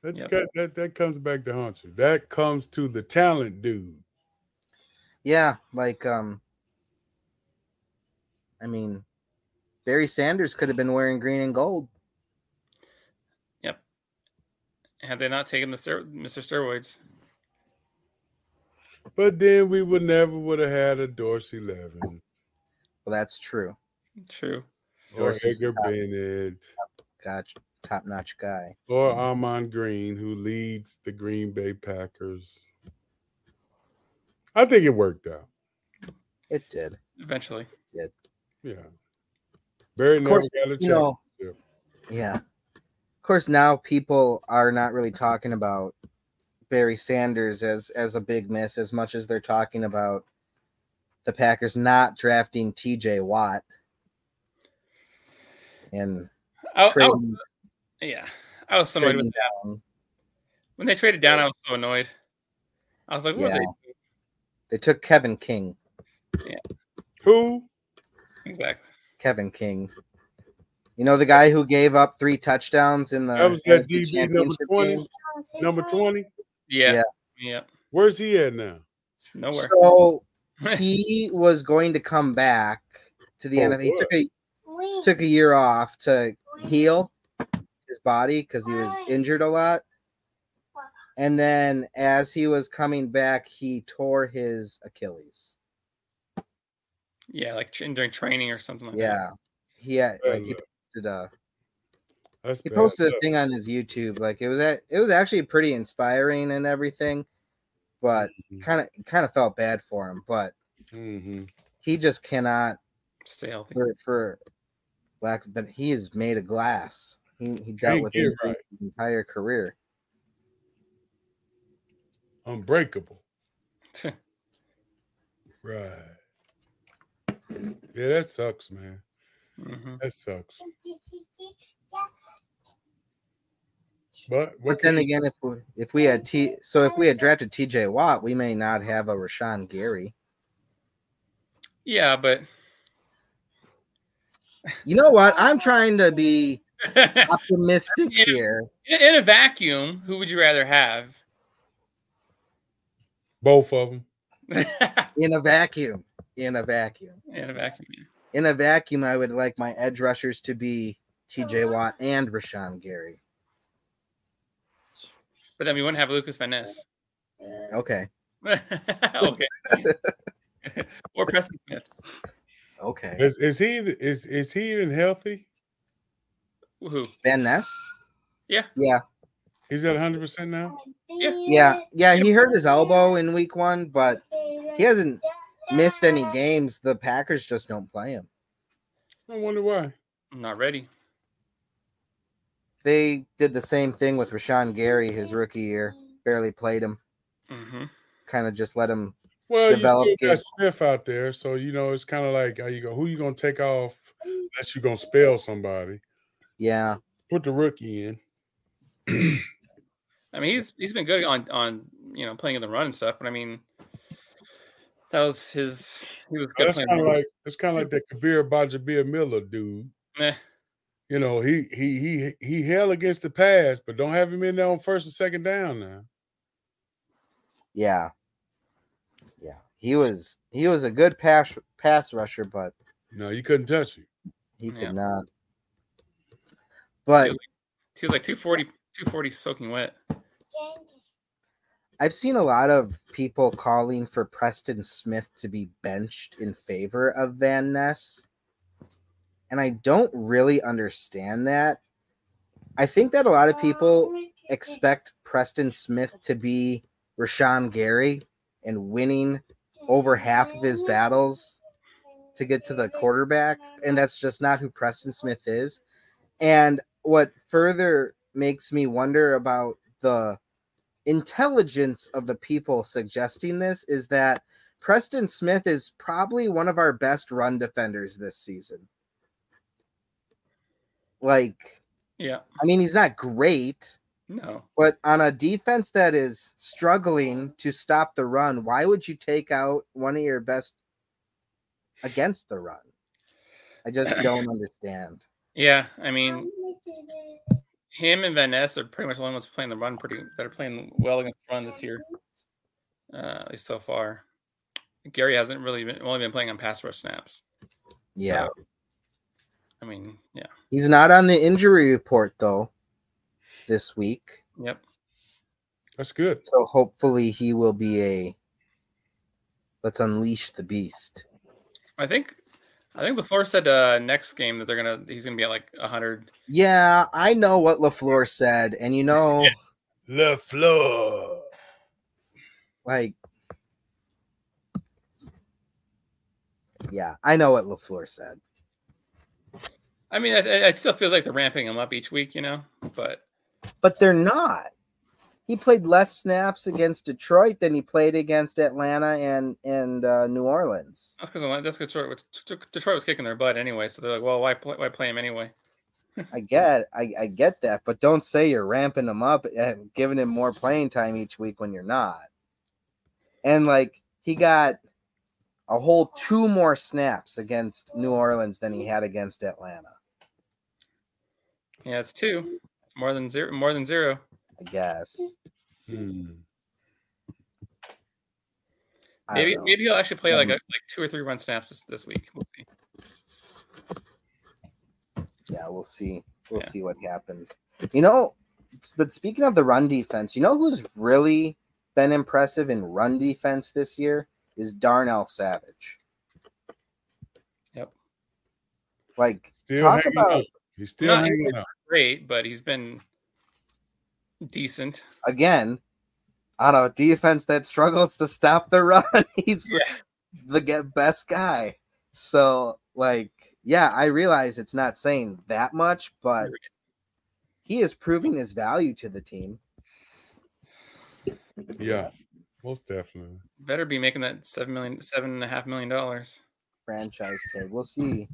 [SPEAKER 2] That's
[SPEAKER 3] Yep.
[SPEAKER 2] got- that that comes back to haunt you. That comes to the talent dude.
[SPEAKER 1] Yeah, like um, I mean, Barry Sanders could have been wearing green and gold.
[SPEAKER 3] had they not taken the Sir, Mr. Steroids,
[SPEAKER 2] But then we would never would have had a Dorsey Levin
[SPEAKER 1] Well, that's true.
[SPEAKER 3] true.
[SPEAKER 2] or
[SPEAKER 1] Dorsey's
[SPEAKER 2] Edgar
[SPEAKER 1] top-
[SPEAKER 2] Bennett
[SPEAKER 1] Gotcha, top notch guy.
[SPEAKER 2] or Armand Green, who leads the Green Bay Packers. I think it worked out.
[SPEAKER 1] It did.
[SPEAKER 3] Eventually,
[SPEAKER 2] Yeah. Barry
[SPEAKER 1] Of
[SPEAKER 2] never
[SPEAKER 1] course,
[SPEAKER 2] got a
[SPEAKER 1] you
[SPEAKER 2] chance.
[SPEAKER 1] know,
[SPEAKER 2] Yeah.
[SPEAKER 1] yeah. Of course, now people are not really talking about Barry Sanders as as a big miss as much as they're talking about the Packers not drafting T.J. Watt and
[SPEAKER 3] I, I was,
[SPEAKER 1] trading.
[SPEAKER 3] yeah, I was so annoyed with
[SPEAKER 1] Trading
[SPEAKER 3] that.
[SPEAKER 1] down.
[SPEAKER 3] When they traded down, I was so annoyed. I was like, what?
[SPEAKER 1] Yeah.
[SPEAKER 3] are they
[SPEAKER 1] They took Kevin King.
[SPEAKER 2] Who?
[SPEAKER 3] Exactly.
[SPEAKER 1] Kevin King. You know the guy who gave up three touchdowns in the
[SPEAKER 2] That was that
[SPEAKER 1] NFC
[SPEAKER 2] DB number
[SPEAKER 1] championship
[SPEAKER 2] 20?
[SPEAKER 1] game?
[SPEAKER 2] Number 20?
[SPEAKER 3] Yeah.
[SPEAKER 1] Yeah.
[SPEAKER 3] Yeah.
[SPEAKER 2] Where's he at now?
[SPEAKER 3] Nowhere.
[SPEAKER 1] So he was going to come back to the
[SPEAKER 2] For
[SPEAKER 1] NFL. He
[SPEAKER 2] Oh, what?
[SPEAKER 1] took a took a year off to heal his body because he was injured a lot. And then as he was coming back, he tore his Achilles.
[SPEAKER 3] yeah, like tra- during training or something like that.
[SPEAKER 1] Yeah. He had
[SPEAKER 2] Bad
[SPEAKER 1] like he
[SPEAKER 2] luck.
[SPEAKER 1] posted a
[SPEAKER 2] That's
[SPEAKER 1] he
[SPEAKER 2] bad
[SPEAKER 1] posted a
[SPEAKER 2] luck.
[SPEAKER 1] thing on his YouTube. Like it was at, it was actually pretty inspiring and everything, but
[SPEAKER 2] Mhm.
[SPEAKER 1] kind of kind of felt bad for him. But Mm-hmm.
[SPEAKER 2] Mhm.
[SPEAKER 1] he just cannot
[SPEAKER 3] Stay healthy.
[SPEAKER 1] for, for lack of but he is made of glass. He he dealt
[SPEAKER 2] Can't
[SPEAKER 1] with
[SPEAKER 2] get
[SPEAKER 1] injuries
[SPEAKER 2] right.
[SPEAKER 1] his entire career.
[SPEAKER 2] Unbreakable. Right. Yeah, that sucks, man.
[SPEAKER 3] hmm
[SPEAKER 2] That sucks. But what
[SPEAKER 1] But then
[SPEAKER 2] can you-
[SPEAKER 1] again, if we if we had T, so if we had drafted T.J. Watt, we may not have a Rashawn Gary.
[SPEAKER 3] Yeah, but
[SPEAKER 1] You know what? I'm trying to be
[SPEAKER 3] in,
[SPEAKER 1] optimistic
[SPEAKER 3] Yeah.
[SPEAKER 1] here.
[SPEAKER 3] in a vacuum, who would you rather have?
[SPEAKER 2] both of them?
[SPEAKER 3] in
[SPEAKER 1] In a vacuum, in a vacuum,
[SPEAKER 3] a vacuum. yeah.
[SPEAKER 1] in a vacuum, I would like my edge rushers to be T.J.
[SPEAKER 3] Oh.
[SPEAKER 1] Watt and Rashawn Gary.
[SPEAKER 3] But then we wouldn't have Lucas Van Ness.
[SPEAKER 1] Okay,
[SPEAKER 3] okay. or Preston Smith.
[SPEAKER 1] okay.
[SPEAKER 2] Is, is he is is he even healthy?
[SPEAKER 3] Woohoo.
[SPEAKER 1] Van Ness.
[SPEAKER 3] Yeah.
[SPEAKER 1] Yeah.
[SPEAKER 2] He's at 100 percent now.
[SPEAKER 1] Yeah. Yeah. He hurt his elbow in week one, but he hasn't missed any games. The Packers just don't play him.
[SPEAKER 2] I wonder why.
[SPEAKER 3] I'm not ready.
[SPEAKER 1] They did the same thing with Rashawn Gary his rookie year. barely played him.
[SPEAKER 3] hmm
[SPEAKER 1] Kind of just let him.
[SPEAKER 2] Well,
[SPEAKER 1] Develop
[SPEAKER 2] you still got
[SPEAKER 1] it.
[SPEAKER 2] Smith out there, so you know it's kind of like how you go. Who you gonna take off? Unless you gonna spell somebody.
[SPEAKER 1] Yeah,
[SPEAKER 2] Put the rookie in.
[SPEAKER 3] I mean, he's he's been good on on you know playing in the run and stuff, but I mean, that was his. He was good.
[SPEAKER 2] That's
[SPEAKER 3] playing
[SPEAKER 2] kind
[SPEAKER 3] the
[SPEAKER 2] of
[SPEAKER 3] run.
[SPEAKER 2] like that's kind of like that Kabir Bajabir Miller dude.
[SPEAKER 3] Eh,
[SPEAKER 2] You know, he he he he held against the pass, but don't have him in there on first and second down now.
[SPEAKER 1] yeah, yeah. He was he was a good pass pass rusher, but
[SPEAKER 2] No, you couldn't touch him.
[SPEAKER 1] he could
[SPEAKER 3] Yeah.
[SPEAKER 1] not. But
[SPEAKER 3] he was like 240, 240 soaking wet.
[SPEAKER 1] I've seen a lot of people calling for Preston Smith to be benched in favor of Van Ness. And I don't really understand that. I think that a lot of people
[SPEAKER 4] Um,
[SPEAKER 1] expect Preston Smith to be Rashawn Gary and winning over half of
[SPEAKER 4] Um,
[SPEAKER 1] his battles to get to the quarterback. And that's just not who Preston Smith is. And what further makes me wonder about the intelligence of the people suggesting this is that Preston Smith is probably one of our best run defenders this season. Like,
[SPEAKER 3] Yeah.
[SPEAKER 1] I mean, he's not great,
[SPEAKER 3] No.
[SPEAKER 1] but on a defense that is struggling to stop the run, why would you take out one of your best against the run? I just don't understand.
[SPEAKER 3] Yeah. I mean, him and Van Ness are pretty much the only ones playing the run pretty that are playing well against the run this year, uh, at least so far. Gary hasn't really been only been playing on pass rush snaps.
[SPEAKER 1] Yeah.
[SPEAKER 3] So, I mean, yeah.
[SPEAKER 1] He's not on the injury report, though, this week.
[SPEAKER 3] Yep.
[SPEAKER 2] That's good.
[SPEAKER 1] So hopefully he will be a let's unleash the beast.
[SPEAKER 3] I think I think LaFleur said uh next game that they're gonna he's gonna be at like hundred.
[SPEAKER 1] Yeah, I know what LaFleur said, and you know,
[SPEAKER 2] LaFleur.
[SPEAKER 1] like Yeah, I know what LaFleur said.
[SPEAKER 3] I mean, it, it still feels like they're ramping him up each week, you know. But
[SPEAKER 1] But they're not. He played less snaps against Detroit than he played against Atlanta and and uh, New Orleans.
[SPEAKER 3] that's because that's 'cause Detroit, was- Detroit was kicking their butt anyway, so they're like, well, why play, why play him anyway?
[SPEAKER 1] I get, I, I get that, but don't say you're ramping him up and giving him more playing time each week when you're not. And like he got a whole two more snaps against New Orleans than he had against Atlanta.
[SPEAKER 3] Yeah, it's two. It's more than zero. More than zero.
[SPEAKER 1] I guess.
[SPEAKER 2] Hmm.
[SPEAKER 1] I don't
[SPEAKER 3] Maybe
[SPEAKER 1] know.
[SPEAKER 3] maybe he'll actually play like
[SPEAKER 1] Um,
[SPEAKER 3] a, like two or three run snaps this, this week. We'll see.
[SPEAKER 1] Yeah, we'll see. We'll
[SPEAKER 3] Yeah.
[SPEAKER 1] see what happens. You know, but speaking of the run defense, you know who's really been impressive in run defense this year is Darnell Savage.
[SPEAKER 3] Yep.
[SPEAKER 1] Like
[SPEAKER 2] Still
[SPEAKER 1] talk
[SPEAKER 2] hanging
[SPEAKER 1] about
[SPEAKER 2] out. He's still
[SPEAKER 3] Not
[SPEAKER 2] hanging out.
[SPEAKER 3] Great, but he's been decent.
[SPEAKER 1] again on a defense that struggles to stop the run. He's
[SPEAKER 3] Yeah.
[SPEAKER 1] the get best guy. So like, yeah, I realize it's not saying that much, but he is proving his value to the team.
[SPEAKER 2] Yeah, most definitely.
[SPEAKER 3] Better be making that seven million, seven and a half million dollars.
[SPEAKER 1] Franchise tag. We'll see.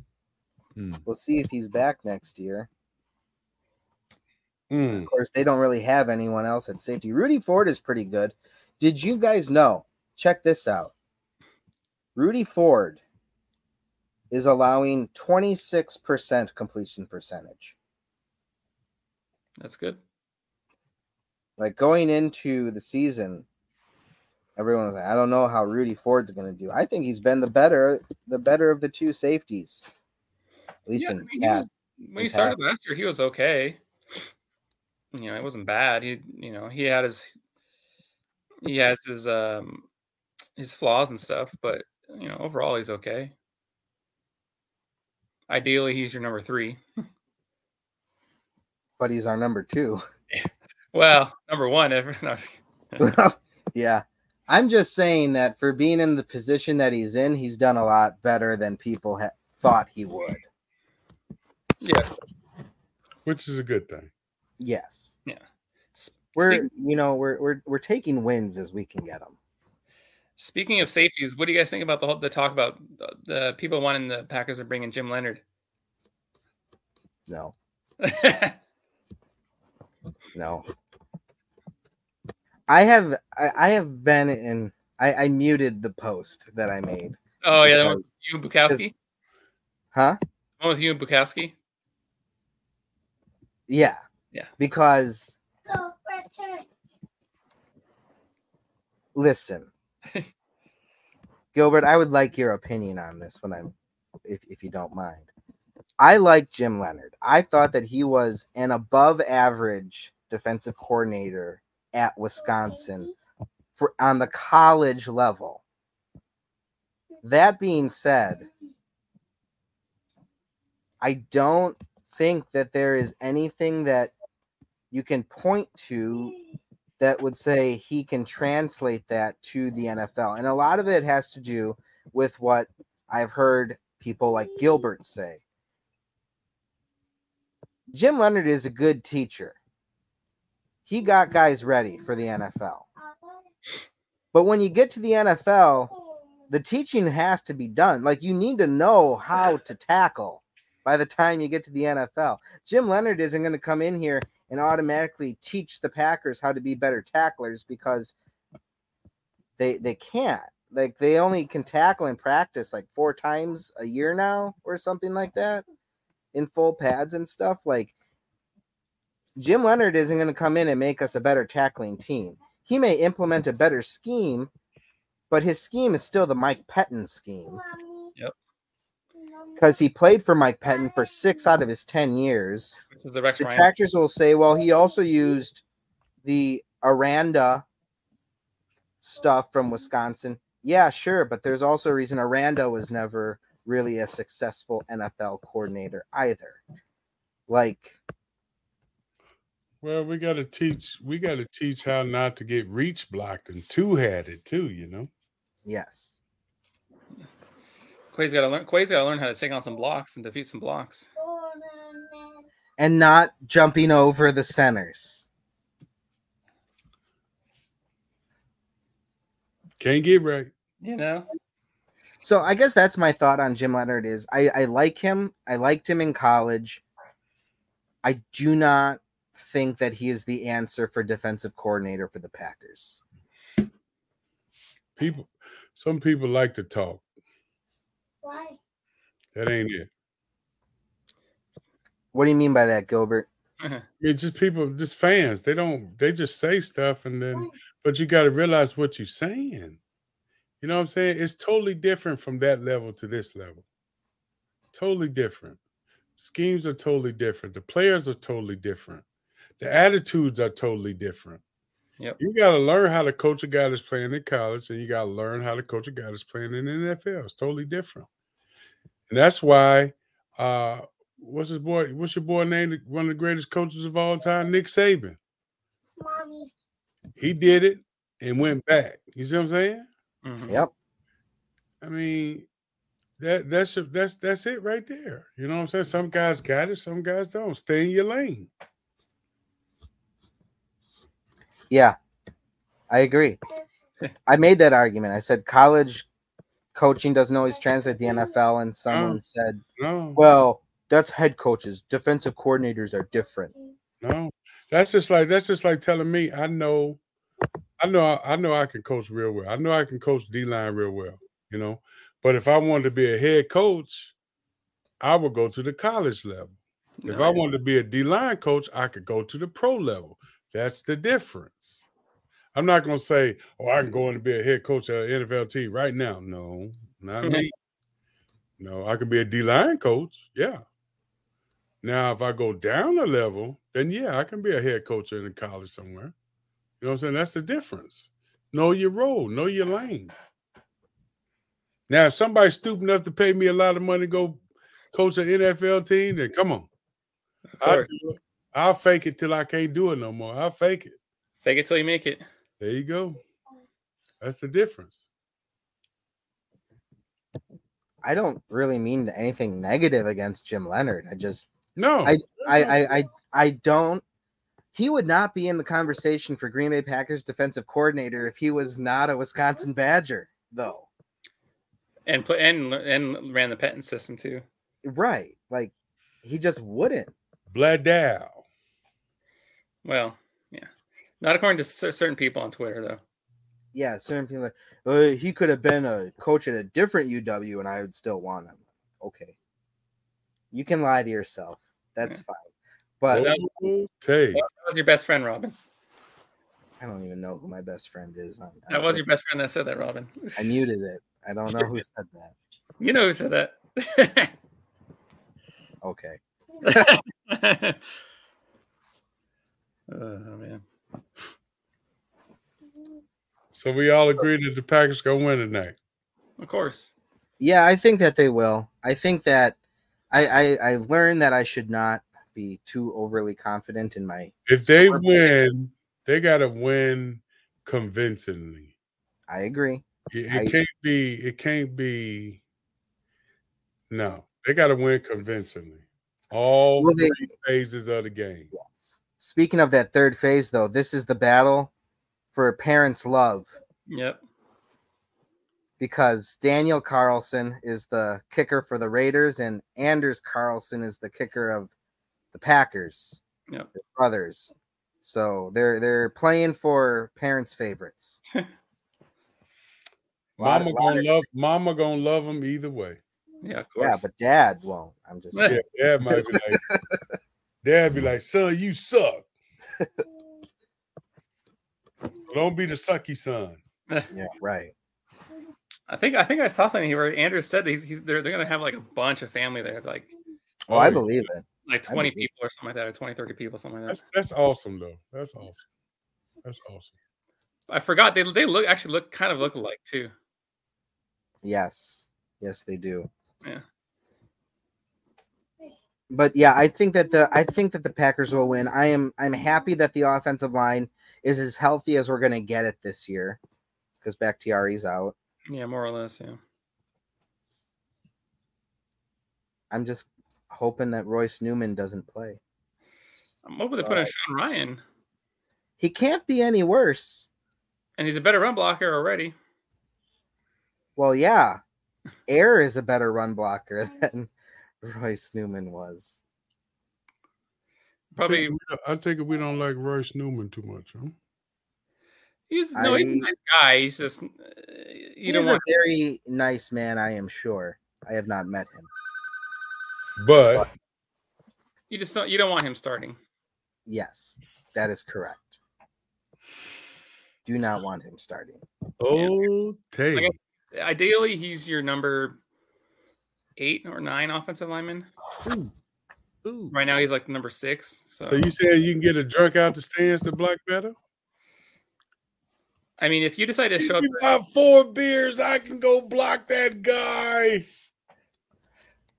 [SPEAKER 2] Hmm.
[SPEAKER 1] We'll see if he's back next year.
[SPEAKER 2] Mm.
[SPEAKER 1] Of course, they don't really have anyone else at safety. Rudy Ford is pretty good. Did you guys know? Check this out. Rudy Ford is allowing 26% completion percentage.
[SPEAKER 3] That's good.
[SPEAKER 1] like going into the season, everyone was like, I don't know how Rudy Ford's gonna do. I think he's been the better, the better of the two safeties. At least
[SPEAKER 3] Yeah, I
[SPEAKER 1] in
[SPEAKER 3] mean, he
[SPEAKER 1] yeah,
[SPEAKER 3] was- when he
[SPEAKER 1] in
[SPEAKER 3] started
[SPEAKER 1] pass.
[SPEAKER 3] last year, he was okay. You know, it wasn't bad. He, you know, he had his, he has his, um, his flaws and stuff, but you know, overall, he's okay. Ideally, he's your number three.
[SPEAKER 1] but he's our number two.
[SPEAKER 3] Well, number one. If, no,
[SPEAKER 1] yeah. I'm just saying that for being in the position that he's in, he's done a lot better than people ha- thought he would.
[SPEAKER 3] yeah,
[SPEAKER 2] Which is a good thing.
[SPEAKER 1] Yes.
[SPEAKER 3] S-
[SPEAKER 1] we're you know we're we're we're taking wins as we can get them.
[SPEAKER 3] Speaking of safeties, what do you guys think about the whole the talk about the, the people wanting the Packers are bringing Jim Leonard? Oh,
[SPEAKER 1] No,
[SPEAKER 3] I
[SPEAKER 1] no. I have I, I have been in. I, I muted the post that I made.
[SPEAKER 3] Oh yeah, that
[SPEAKER 1] Because-
[SPEAKER 3] one's you and Bukowski.
[SPEAKER 1] Because- Huh?
[SPEAKER 3] One with you and Bukowski.
[SPEAKER 1] Yeah.
[SPEAKER 3] Yeah.
[SPEAKER 1] Because
[SPEAKER 4] Go, return.
[SPEAKER 1] listen, Gilbert, I would like your opinion on this when I'm, if, if you don't mind. I like Jim Leonard. I thought that he was an above average defensive coordinator at Wisconsin for on the college level. That being said, I don't think that there is anything that you can point to that would say he can translate that to the NFL. And a lot of it has to do with what I've heard people like Gilbert say. Jim Leonard is a good teacher. He got guys ready for the NFL. But when you get to the NFL, the teaching has to be done. Like you need to know how to tackle by the time you get to the NFL. Jim Leonard isn't going to come in here and automatically teach the Packers how to be better tacklers because they they can't. Like they only can tackle in practice like four times a year now or something like that in full pads and stuff. Like Jim Leonard isn't going to come in and make us a better tackling team. He may implement a better scheme, but his scheme is still the Mike Pettin scheme
[SPEAKER 3] Yep.
[SPEAKER 1] because he played for Mike Pettin for six out of his 10 years.
[SPEAKER 3] Which is the Rex
[SPEAKER 1] The
[SPEAKER 3] Ryan.
[SPEAKER 1] detractors will say, well, he also used the Aranda stuff from Wisconsin. Yeah, sure, but there's also a reason Aranda was never really a successful NFL coordinator either. Like,
[SPEAKER 2] Well, we got to teach. We got to teach how not to get reach blocked and two headed too. You know.
[SPEAKER 1] yes.
[SPEAKER 3] Quay's got to learn. Quay's got to learn how to take on some blocks and defeat some blocks.
[SPEAKER 1] And not jumping over the centers.
[SPEAKER 2] Can't get right.
[SPEAKER 3] You know.
[SPEAKER 1] So I guess that's my thought on Jim Leonard is I, I like him. I liked him in college. I do not think that he is the answer for defensive coordinator for the Packers.
[SPEAKER 2] People. Some people like to talk.
[SPEAKER 4] Why?
[SPEAKER 2] That ain't it.
[SPEAKER 1] What do you mean by that, Gilbert?
[SPEAKER 2] I mean, just people, just fans. They don't. They just say stuff, and then, but you got to realize what you're saying. You know what I'm saying? It's totally different from that level to this level. Totally different. Schemes are totally different. The players are totally different. The attitudes are totally different.
[SPEAKER 3] Yep.
[SPEAKER 2] You got to learn how to coach a guy that's playing in college, and you got to learn how to coach a guy that's playing in the NFL. It's totally different. And that's why uh what's his boy? What's your boy name? One of the greatest coaches of all time, Nick Saban.
[SPEAKER 4] Mommy.
[SPEAKER 2] He did it and went back. You see what I'm saying?
[SPEAKER 3] Mhm.
[SPEAKER 1] Yep.
[SPEAKER 2] I mean, that that's your- that's that's it right there. You know what I'm saying? Some guys got it, some guys don't. Stay in your lane.
[SPEAKER 1] Yeah. I agree. I made that argument. I said college coaching doesn't always translate to the NFL, and someone said,
[SPEAKER 2] No,
[SPEAKER 1] Well, that's head coaches. Defensive coordinators are different.
[SPEAKER 2] no. That's just like that's just like telling me I know, I know, I know I can coach real well. I know I can coach D line real well. You know, but if I wanted to be a head coach, I would go to the college level. If
[SPEAKER 3] No,
[SPEAKER 2] I wanted to be a D line coach, I could go to the pro level. That's the difference. I'm not going to say, oh, I can go in and be a head coach at an NFL team right now. No, not me. No, I can be a D line coach. Yeah. Now, if I go down a level, then yeah, I can be a head coach in a college somewhere. You know what I'm saying? That's the difference. Know your role, know your lane. Now, if somebody's stupid enough to pay me a lot of money to go coach an NFL team, then come on.
[SPEAKER 3] of
[SPEAKER 2] I
[SPEAKER 3] course.
[SPEAKER 2] do it. I'll fake it till I can't do it no more. I'll fake it.
[SPEAKER 3] Fake it till you make it.
[SPEAKER 2] There you go. That's the difference.
[SPEAKER 1] I don't really mean anything negative against Jim Leonard. I just
[SPEAKER 2] No.
[SPEAKER 1] I, I, I, I don't. he would not be in the conversation for Green Bay Packers defensive coordinator if he was not a Wisconsin Badger, though.
[SPEAKER 3] and play, and and ran the Penton system too.
[SPEAKER 1] Right. Like he just wouldn't.
[SPEAKER 2] Bladow.
[SPEAKER 3] Well, yeah, not according to cer- certain people on Twitter though.
[SPEAKER 1] Yeah, certain people like, uh, he could have been a coach at a different UW and I would still want him. Okay. You can lie to yourself. That's fine. But
[SPEAKER 3] that-
[SPEAKER 2] Whoa, Tay.
[SPEAKER 3] That was your best friend, Robin.
[SPEAKER 1] I don't even know who my best friend is. on- on
[SPEAKER 3] That was your
[SPEAKER 1] Twitter.
[SPEAKER 3] best friend that said that, Robin.
[SPEAKER 1] I muted it. I don't know who said that.
[SPEAKER 3] You know who said that.
[SPEAKER 1] Okay.
[SPEAKER 3] oh man.
[SPEAKER 2] So we all agree that the Packers gonna win tonight.
[SPEAKER 3] Of course.
[SPEAKER 1] Yeah, I think that they will. I think that I, I I've learned that I should not be too overly confident in my
[SPEAKER 2] If they
[SPEAKER 1] Super Bowl.
[SPEAKER 2] win, they gotta win convincingly.
[SPEAKER 1] I agree.
[SPEAKER 2] It,
[SPEAKER 1] I-
[SPEAKER 2] it can't be. It can't be. No, they got to win convincingly. All
[SPEAKER 1] Will they,
[SPEAKER 2] phases of the game.
[SPEAKER 1] yes. Speaking of that third phase though, this is the battle for parents' love
[SPEAKER 3] Yep.
[SPEAKER 1] because Daniel Carlson is the kicker for the Raiders and Anders Carlson is the kicker of the Packers.
[SPEAKER 3] Yep.
[SPEAKER 1] They're brothers. So they're they're playing for parents' favorites. Lot-
[SPEAKER 2] Mama
[SPEAKER 1] lot
[SPEAKER 2] gonna
[SPEAKER 1] of-
[SPEAKER 2] love. Mama gonna love them either way.
[SPEAKER 3] Yeah, of course.
[SPEAKER 1] Yeah, but dad won't. I'm just
[SPEAKER 3] Yeah.
[SPEAKER 2] Yeah, dad might be like. dad be like, son, you suck. Don't be the sucky son.
[SPEAKER 1] yeah, right.
[SPEAKER 3] I think I think I saw something where Andrew said that he's, he's they're, they're gonna have like a bunch of family there, like
[SPEAKER 1] Oh, I
[SPEAKER 2] yeah.
[SPEAKER 1] believe it.
[SPEAKER 3] like
[SPEAKER 1] I
[SPEAKER 3] 20
[SPEAKER 1] believe-
[SPEAKER 3] people or something like that, or 20, 30 people, something like that.
[SPEAKER 2] That's that's awesome though. That's awesome. That's awesome.
[SPEAKER 3] I forgot they they look actually look kind of look alike too.
[SPEAKER 1] Yes. Yes, they do.
[SPEAKER 3] Yeah.
[SPEAKER 1] But yeah, I think that the I think that the Packers will win. I am I'm happy that the offensive line is as healthy as we're gonna get it this year. Because Bakhtiari's out.
[SPEAKER 3] Yeah, more or less. Yeah.
[SPEAKER 1] I'm just hoping that Royce Newman doesn't play.
[SPEAKER 3] I'm hoping they put in
[SPEAKER 1] Alright.
[SPEAKER 3] Sean Ryan,
[SPEAKER 1] He can't be any worse.
[SPEAKER 3] and he's a better run blocker already.
[SPEAKER 1] Well, yeah. Air is a better run blocker than Royce Newman was.
[SPEAKER 2] I
[SPEAKER 3] Probably
[SPEAKER 2] take, it we don't- I take it we don't like Royce Newman too much, huh?
[SPEAKER 3] he's no he's a
[SPEAKER 1] I-
[SPEAKER 3] nice guy. He's just uh, you
[SPEAKER 1] He's
[SPEAKER 3] don't
[SPEAKER 1] a
[SPEAKER 3] want
[SPEAKER 1] very nice man, I am sure. I have not met him.
[SPEAKER 2] But
[SPEAKER 3] you just don't you don't want him starting.
[SPEAKER 1] Yes, that is correct. Do not want him starting.
[SPEAKER 2] oh, Tay.
[SPEAKER 3] Like Ideally, he's your number eight or nine offensive lineman.
[SPEAKER 2] Ooh, ooh.
[SPEAKER 3] Right now, he's like number six. So,
[SPEAKER 2] So you saying you can get a drunk out the stands to block better?
[SPEAKER 3] I mean, if you decide to show up,
[SPEAKER 2] You got four beers. I can go block that guy.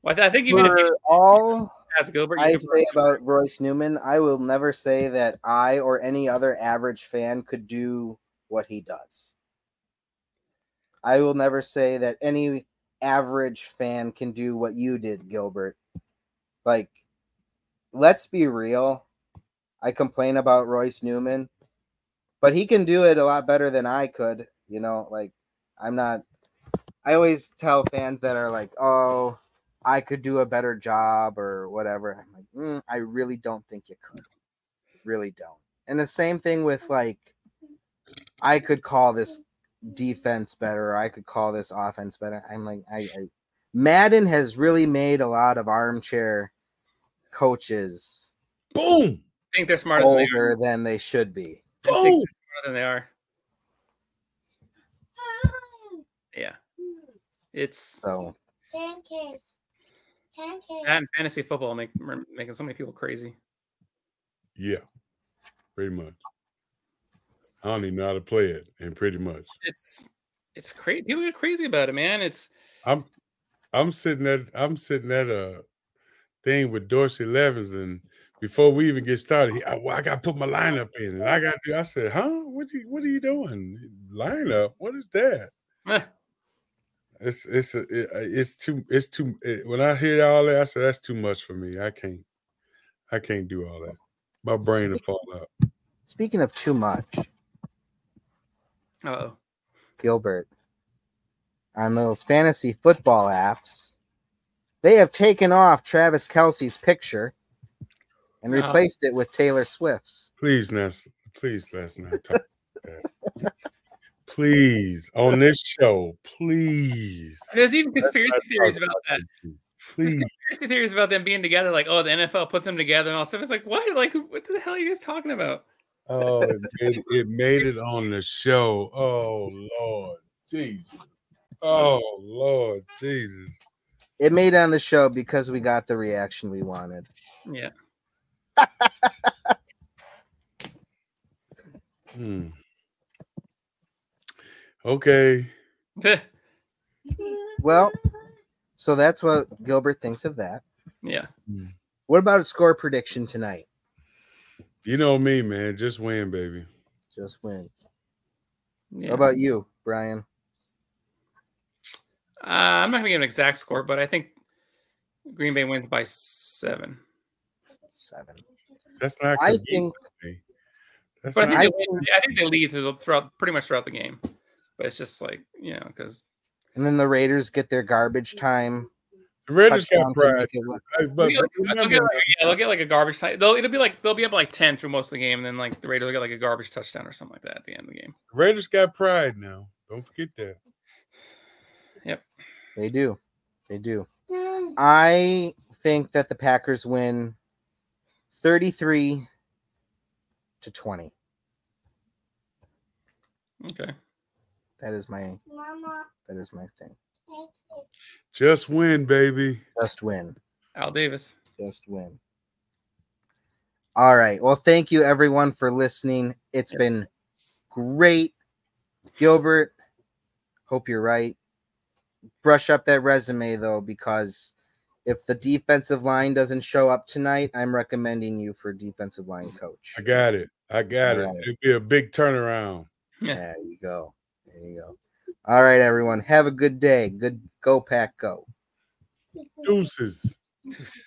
[SPEAKER 3] well, I th- I think even if you
[SPEAKER 1] For all
[SPEAKER 3] ask Gilbert, you
[SPEAKER 1] I
[SPEAKER 3] could
[SPEAKER 1] say
[SPEAKER 3] probably-
[SPEAKER 1] about Royce Newman, I will never say that I or any other average fan could do what he does. I will never say that any average fan can do what you did, Gilbert. Like, let's be real. I complain about Royce Newman, but he can do it a lot better than I could. You know, like, I'm not. I always tell fans that are like, oh, I could do a better job or whatever. I'm like, mm, I really don't think you could. Really don't. And the same thing with like, I could call this defense better. Or I could call this offense better. I'm like, I, I Madden has really made a lot of armchair coaches
[SPEAKER 2] Boom,
[SPEAKER 3] think they're smarter than they are.
[SPEAKER 1] older than they should be.
[SPEAKER 3] I think
[SPEAKER 2] boom.
[SPEAKER 3] smarter than they are. Yeah, it's
[SPEAKER 1] So
[SPEAKER 4] Pancakes. Pancakes.
[SPEAKER 3] that and fantasy football make are making so many people crazy.
[SPEAKER 2] Yeah, pretty much. I don't even know how to play it, and pretty much,
[SPEAKER 3] It's it's crazy. People get crazy about it, man. It's
[SPEAKER 2] I'm, I'm sitting at, I'm sitting at a thing with Dorsey Levins, and before we even get started, he, I, well, I got to put my lineup in, and I got to. I said, huh? What you, what are you doing? Lineup? What is that?
[SPEAKER 3] eh,
[SPEAKER 2] It's it's a- it- uh, it's too it's too eh, it, when I hear all that I said that's too much for me. I can't I can't do all that. My brain will fall out.
[SPEAKER 1] Speaking of too much,
[SPEAKER 3] Oh,
[SPEAKER 1] Gilbert, on those fantasy football apps, they have taken off Travis Kelsey's picture and
[SPEAKER 3] No.
[SPEAKER 1] replaced it with Taylor Swift's.
[SPEAKER 2] Please, Ness. Please, let's not talk about that. Please, on this show, please,
[SPEAKER 3] there's even conspiracy
[SPEAKER 2] not
[SPEAKER 3] theories
[SPEAKER 2] talk
[SPEAKER 3] about that.
[SPEAKER 2] please.
[SPEAKER 3] Conspiracy theories about them being together, like oh, the NFL put them together and all stuff. It's like what? Like who- what the hell are you guys talking about?
[SPEAKER 2] Oh, it made, it made it on the show. Oh Lord Jesus. Oh Lord Jesus.
[SPEAKER 1] It made on the show because we got the reaction we wanted.
[SPEAKER 3] Yeah,
[SPEAKER 2] Hmm. Okay.
[SPEAKER 1] Well, so that's what Gilbert thinks of that.
[SPEAKER 3] yeah.
[SPEAKER 1] What about a score prediction tonight?
[SPEAKER 2] You know me, man. Just win, baby.
[SPEAKER 1] Just win.
[SPEAKER 3] yeah.
[SPEAKER 1] How about you, Brian?
[SPEAKER 3] Uh, I'm not gonna give an exact score, but I think Green Bay wins by seven.
[SPEAKER 1] Seven.
[SPEAKER 2] That's not
[SPEAKER 1] I
[SPEAKER 2] convenient.
[SPEAKER 1] think
[SPEAKER 2] That's
[SPEAKER 3] But I think,
[SPEAKER 2] not,
[SPEAKER 1] I
[SPEAKER 3] they, win- I think they lead through the, throughout pretty much throughout the game. But it's just like you know because
[SPEAKER 1] and then the Raiders get their garbage time.
[SPEAKER 2] the Raiders
[SPEAKER 1] touchdown
[SPEAKER 2] got
[SPEAKER 1] to
[SPEAKER 2] pride.
[SPEAKER 1] make it look-
[SPEAKER 2] But, but
[SPEAKER 3] They'll get- they'll get
[SPEAKER 2] remember,
[SPEAKER 3] like, yeah, they'll get like a garbage time. They'll it'll be like they'll be up like ten through most of the game, and then like the Raiders will get like a garbage touchdown or something like that at the end of the game.
[SPEAKER 2] the Raiders got pride now. Don't forget that.
[SPEAKER 1] They do. They do. I think that the Packers win 33 to 20.
[SPEAKER 3] Okay.
[SPEAKER 1] That is my
[SPEAKER 4] Mama,
[SPEAKER 1] that is my thing.
[SPEAKER 4] thank you.
[SPEAKER 2] Just win, baby.
[SPEAKER 1] Just win.
[SPEAKER 3] Al Davis.
[SPEAKER 1] Just win. All right. Well, thank you everyone for listening. It's been great. Gilbert, hope you're right. Brush up that resume though, because if the defensive line doesn't show up tonight, I'm recommending you for defensive line coach.
[SPEAKER 2] I got it. I got
[SPEAKER 1] Right.
[SPEAKER 2] it. It'd be a big turnaround.
[SPEAKER 1] There you go. There you go. All right, everyone. Have a good day. Good go pack go.
[SPEAKER 2] Deuces.
[SPEAKER 3] Deuces.